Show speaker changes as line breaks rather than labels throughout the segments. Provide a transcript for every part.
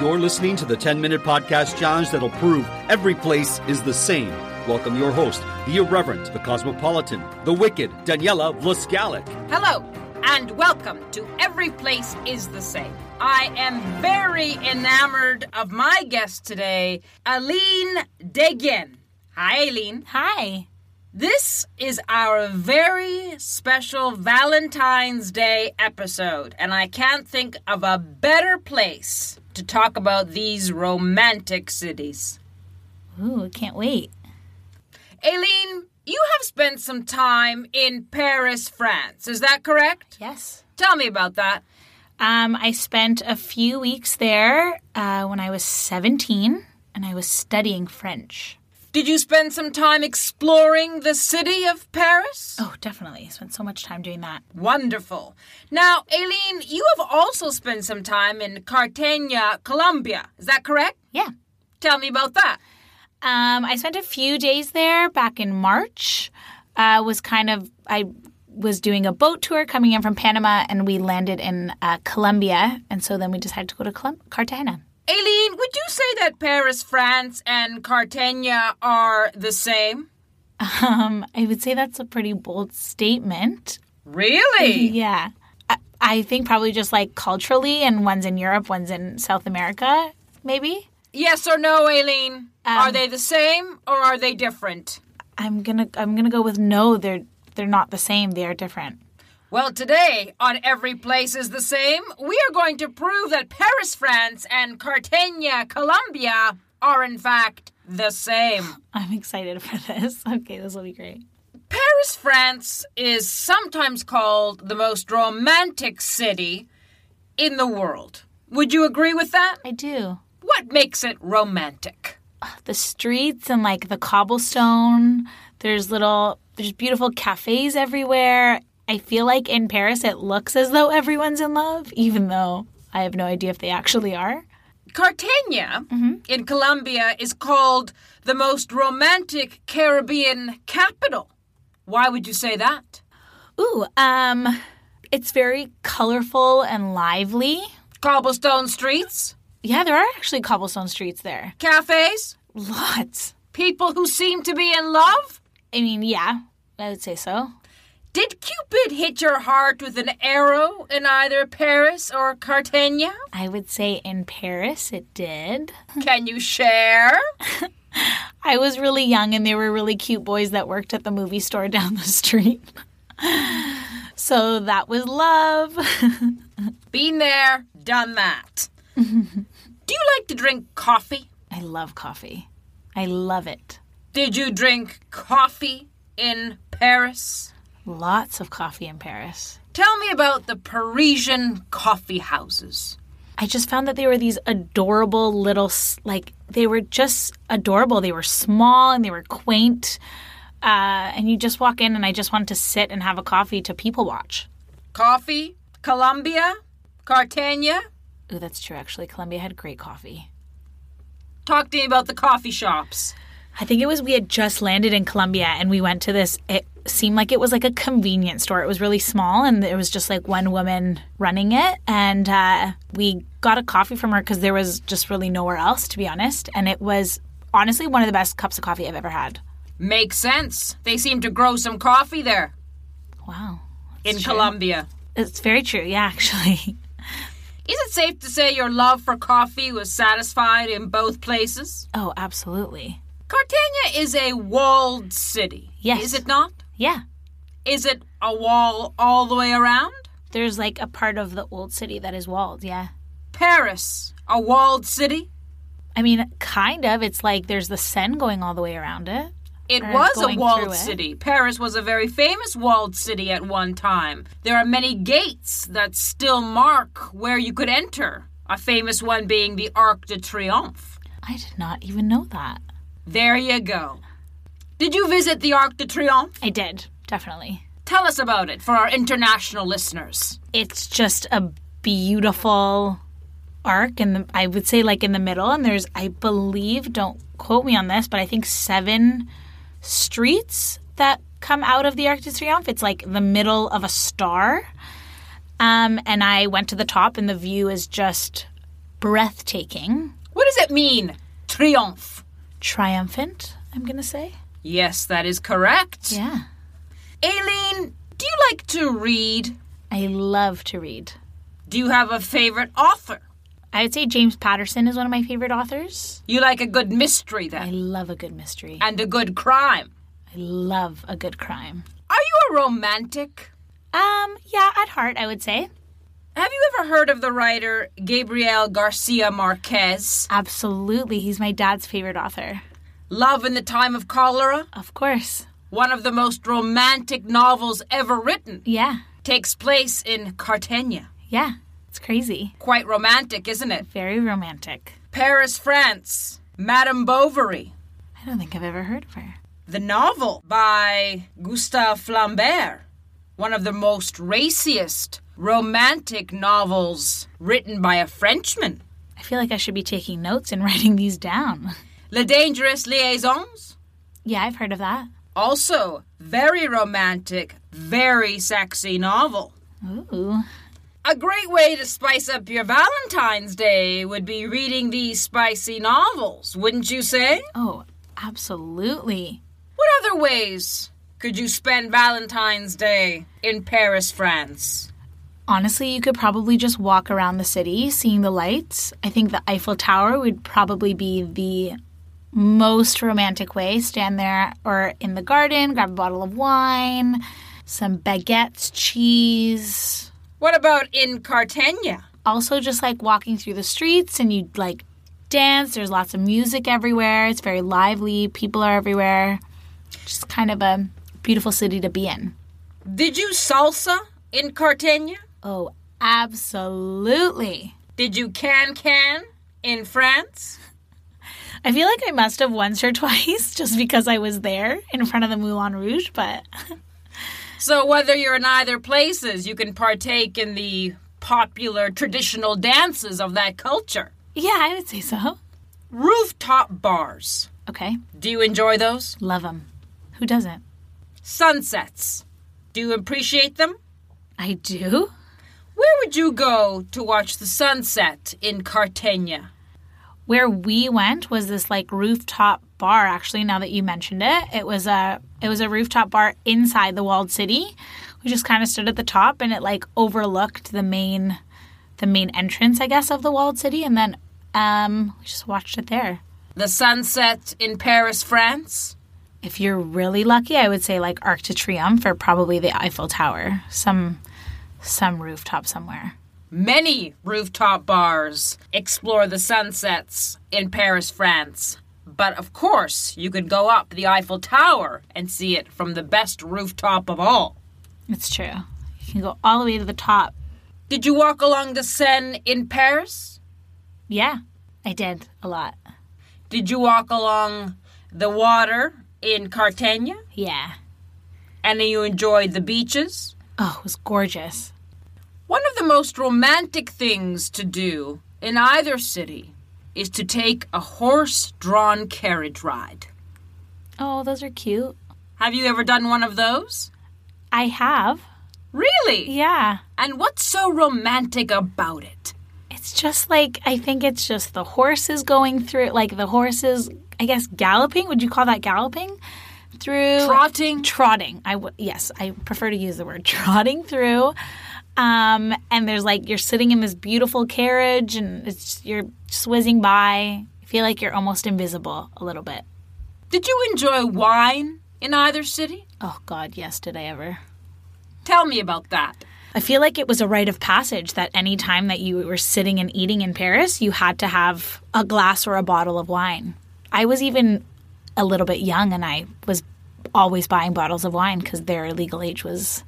You're listening to the 10 minute podcast challenge that'll prove every place is the same. Welcome your host, the irreverent, the cosmopolitan, the wicked, Daniela Vlaskalik.
Hello, and welcome to Every Place is the Same. I am very enamored of my guest today, Aline Degin. Hi, Aline.
Hi.
This is our very special Valentine's Day episode, and I can't think of a better place to talk about these romantic cities.
Ooh, can't wait.
Aileen, you have spent some time in Paris, France. Is that correct?
Yes.
Tell me about that.
Um, I spent a few weeks there uh, when I was 17 and I was studying French.
Did you spend some time exploring the city of Paris?
Oh, definitely. I spent so much time doing that.
Wonderful. Now, Aileen, you have also spent some time in Cartagena, Colombia. Is that correct?
Yeah.
Tell me about that.
Um, I spent a few days there back in March. Uh, was kind of I was doing a boat tour coming in from Panama, and we landed in uh, Colombia, and so then we decided to go to Colum- Cartagena.
Aileen, would you say that Paris, France, and Cartagena are the same?
Um, I would say that's a pretty bold statement.
Really?
Yeah. I, I think probably just like culturally, and one's in Europe, one's in South America, maybe.
Yes or no, Aileen? are they the same or are they different?
I'm gonna I'm gonna go with no. They're they're not the same. They are different.
Well, today on Every Place is the Same, we are going to prove that Paris, France, and Cartagena, Colombia are in fact the same.
I'm excited for this. Okay, this will be great.
Paris, France is sometimes called the most romantic city in the world. Would you agree with that?
I do.
What makes it romantic?
The streets and like the cobblestone. There's little there's beautiful cafes everywhere. I feel like in Paris it looks as though everyone's in love, even though I have no idea if they actually are.
Cartagena in Colombia is called the most romantic Caribbean capital. Why would you say that?
Ooh, um it's very colorful and lively.
Cobblestone streets,
Yeah, there are actually cobblestone streets there.
cafes,
Lots.
people who seem to be in love.
I mean, yeah, I would say so.
Did Cupid hit your heart with an arrow in either Paris or Cartagena?
I would say in Paris it did.
Can you share?
I was really young and there were really cute boys that worked at the movie store down the street. so that was love.
Been there, done that. Do you like to drink coffee?
I love coffee. I love it.
Did you drink coffee in Paris?
Lots of coffee in Paris.
Tell me about the Parisian coffee houses.
I just found that they were these adorable little, s- like, they were just adorable. They were small and they were quaint. Uh, and you just walk in, and I just wanted to sit and have a coffee to people watch.
Coffee, Colombia, Cartagena.
Ooh, that's true, actually. Colombia had great coffee.
Talk to me about the coffee shops.
I think it was we had just landed in Colombia and we went to this. It seemed like it was like a convenience store. It was really small and there was just like one woman running it. And uh, we got a coffee from her because there was just really nowhere else, to be honest. And it was honestly one of the best cups of coffee I've ever had.
Makes sense. They seem to grow some coffee there
Wow.
in Colombia.
It's very true. Yeah, actually.
Is it safe to say your love for coffee was satisfied in both places?
Oh, absolutely.
Cartagena is a walled city.
Yes.
Is it not?
Yeah.
Is it a wall all the way around?
There's like a part of the old city that is walled. Yeah.
Paris, a walled city?
I mean, kind of. It's like there's the Seine going all the way around it.
It
Or
was a
going
walled
through it.
city. Paris was a very famous walled city at one time. There are many gates that still mark where you could enter, a famous one being the Arc de Triomphe.
I did not even know that.
There you go. Did you visit the Arc de Triomphe?
I did, definitely.
Tell us about it for our international listeners.
It's just a beautiful arc, and I would say like in the middle, and there's I believe don't quote me on this, but I think seven streets that come out of the Arc de Triomphe. It's like the middle of a star, um, and I went to the top, and the view is just breathtaking,
What does it mean? Triumph.
triumphant, I'm going to say.
Yes, that is correct.
Yeah.
Aileen, do you like to read?
I love to read.
Do you have a favorite author?
I would say James Patterson is one of my favorite authors.
You like a good mystery
I
then,
love a good mystery. I
and a good crime.
love a good crime.
Are you a romantic?
Um, yeah, at heart, I would say.
Have you ever heard of the writer Gabriel Garcia Marquez?
Absolutely. He's my dad's favorite author.
Love in the Time of Cholera,
Of course.
one of the most romantic novels ever written,
Yeah.
takes place in Cartagena.
Yeah. It's crazy.
Quite romantic, isn't it?
Very romantic.
Paris, France, Madame Bovary.
I don't think I've ever heard of her.
The novel by Gustave Flaubert, one of the most raciest romantic novels written by a Frenchman.
I feel like I should be taking notes and writing these down.
Les Dangereuses Liaisons,
Yeah, I've heard of that.
also very romantic, very sexy novel.
Ooh.
A great way to spice up your Valentine's Day would be reading these spicy novels, wouldn't you say?
Oh, absolutely.
What other ways could you spend Valentine's Day in Paris, France?
Honestly, you could probably just walk around the city seeing the lights. I think the Eiffel Tower would probably be the most romantic way. Stand there or in the garden, grab a bottle of wine, some baguettes, cheese.
What about in Cartagena?
Also, just like walking through the streets and you like dance. There's lots of music everywhere. It's very lively. People are everywhere. Just kind of a beautiful city to be in.
Did you salsa in Cartagena?
Oh, absolutely.
Did you can can in France?
I feel like I must have once or twice just because I was there in front of the Moulin Rouge, but
So, whether you're in either places, you can partake in the popular traditional dances of that culture.
yeah, I would say so.
Rooftop bars.
Okay,
Do you enjoy those?
love them. Who doesn't?
Sunsets. Do you appreciate them?
I do.
Where would you go to watch the sunset in Cartagena?
Where we went was this like rooftop bar actually now that you mentioned it. It was a it was a rooftop bar inside the walled city. We just kind of stood at the top and it like overlooked the main the main entrance, I guess, of the walled city and then um we just watched it there.
The sunset in Paris, France?
If you're really lucky, I would say like Arc de Triomphe or probably the Eiffel Tower, some some rooftop somewhere.
Many rooftop bars explore the sunsets in Paris, France. But of course, you could go up the Eiffel Tower and see it from the best rooftop of all.
It's true. You can go all the way to the top.
Did you walk along the Seine in Paris?
Yeah, I did a lot.
Did you walk along the water in Cartagena?
Yeah.
And you enjoyed the beaches?
Oh, it was gorgeous.
One of the most romantic things to do in either city is to take a horse drawn carriage ride.
Oh, those are cute.
Have you ever done one of those?
I have.
Really?
Yeah.
And what's so romantic about it?
It's just like I think it's just the horses going through like the horses I guess galloping, would you call that galloping? Through
Trotting?
trotting. I w- yes, I prefer to use the word trotting through. Um, and there's like you're sitting in this beautiful carriage, and it's you're swizzing by. I feel like you're almost invisible a little bit.
Did you enjoy wine in either city?
Oh God, yes, did I ever?
Tell me about that.
I feel like it was a rite of passage that any time that you were sitting and eating in Paris, you had to have a glass or a bottle of wine. I was even a little bit young, and I was always buying bottles of wine because their legal age was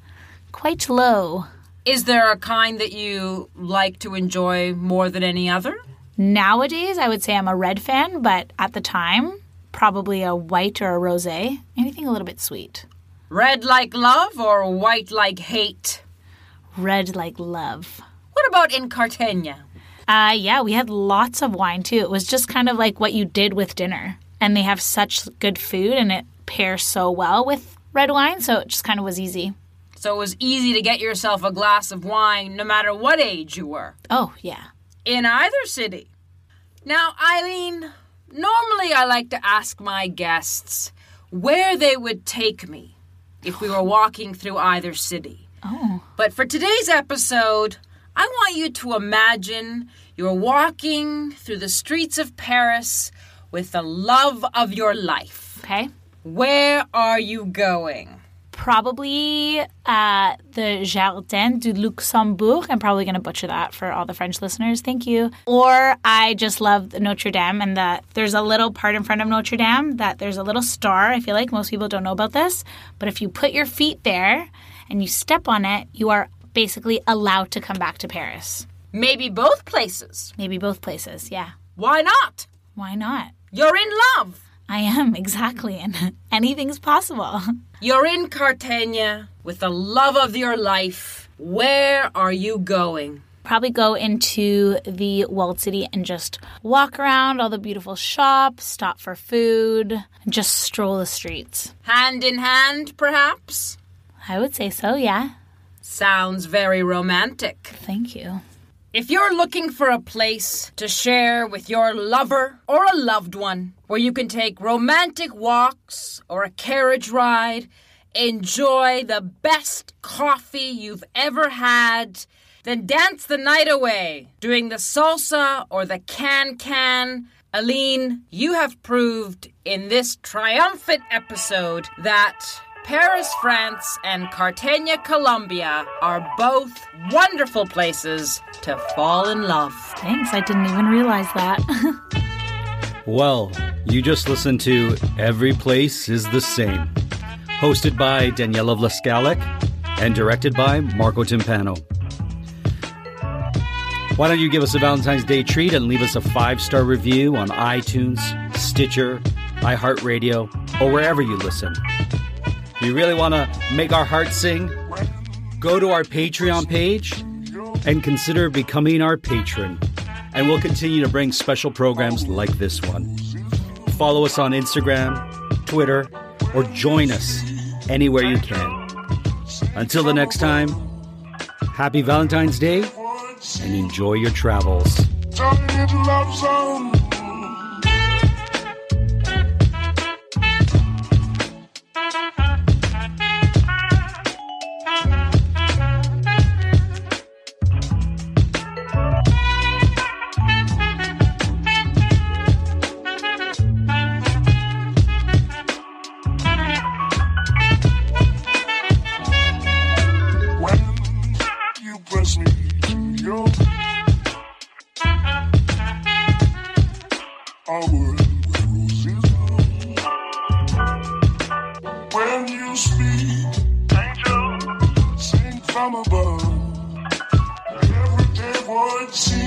quite low.
Is there a kind that you like to enjoy more than any other?
Nowadays, I would say I'm a red fan, but at the time, probably a white or a rosé, anything a little bit sweet.
Red like love or white like hate?
Red like love.
What about in Cartagena?
Uh, yeah, we had lots of wine too. It was just kind of like what you did with dinner. And they have such good food and it pairs so well with red wine, so it just kind of was easy.
So it was easy to get yourself a glass of wine no matter what age you were.
Oh, yeah.
in either city. Now, Eileen, normally I like to ask my guests where they would take me if we were walking through either city.
Oh.
But for today's episode, I want you to imagine you're walking through the streets of Paris with the love of your life.
Okay.
Where are you going?
Probably uh, the Jardin du Luxembourg. I'm probably going to butcher that for all the French listeners. Thank you. Or I just love the Notre Dame and that there's a little part in front of Notre Dame that there's a little star. I feel like most people don't know about this, but if you put your feet there and you step on it, you are basically allowed to come back to Paris.
Maybe both places.
Maybe both places. Yeah.
Why not?
Why not?
You're in love.
I am exactly, and anything's possible.
You're in Cartagena with the love of your life. Where are you going?
Probably go into the walled city and just walk around all the beautiful shops, stop for food, and just stroll the streets.
Hand in hand, perhaps?
I would say so, yeah.
Sounds very romantic.
Thank you.
If you're looking for a place to share with your lover or a loved one where you can take romantic walks or a carriage ride, enjoy the best coffee you've ever had, then dance the night away doing the salsa or the can can. Aline, you have proved in this triumphant episode that Paris, France, and Cartagena, Colombia are both wonderful places to fall in love.
Thanks, I didn't even realize that.
Well, you just listened to Every Place is the Same, hosted by Daniela Vlaskalek and directed by Marco Timpano. Why don't you give us a Valentine's Day treat and leave us a five star review on iTunes, Stitcher, iHeartRadio, or wherever you listen? You really want to make our hearts sing? Go to our Patreon page and consider becoming our patron. And we'll continue to bring special programs like this one. Follow us on Instagram, Twitter, or join us anywhere you can. Until the next time, happy Valentine's Day and enjoy your travels.
Target love zone. When you press me to your Our roses When you speak Angel Sing from above Every day void see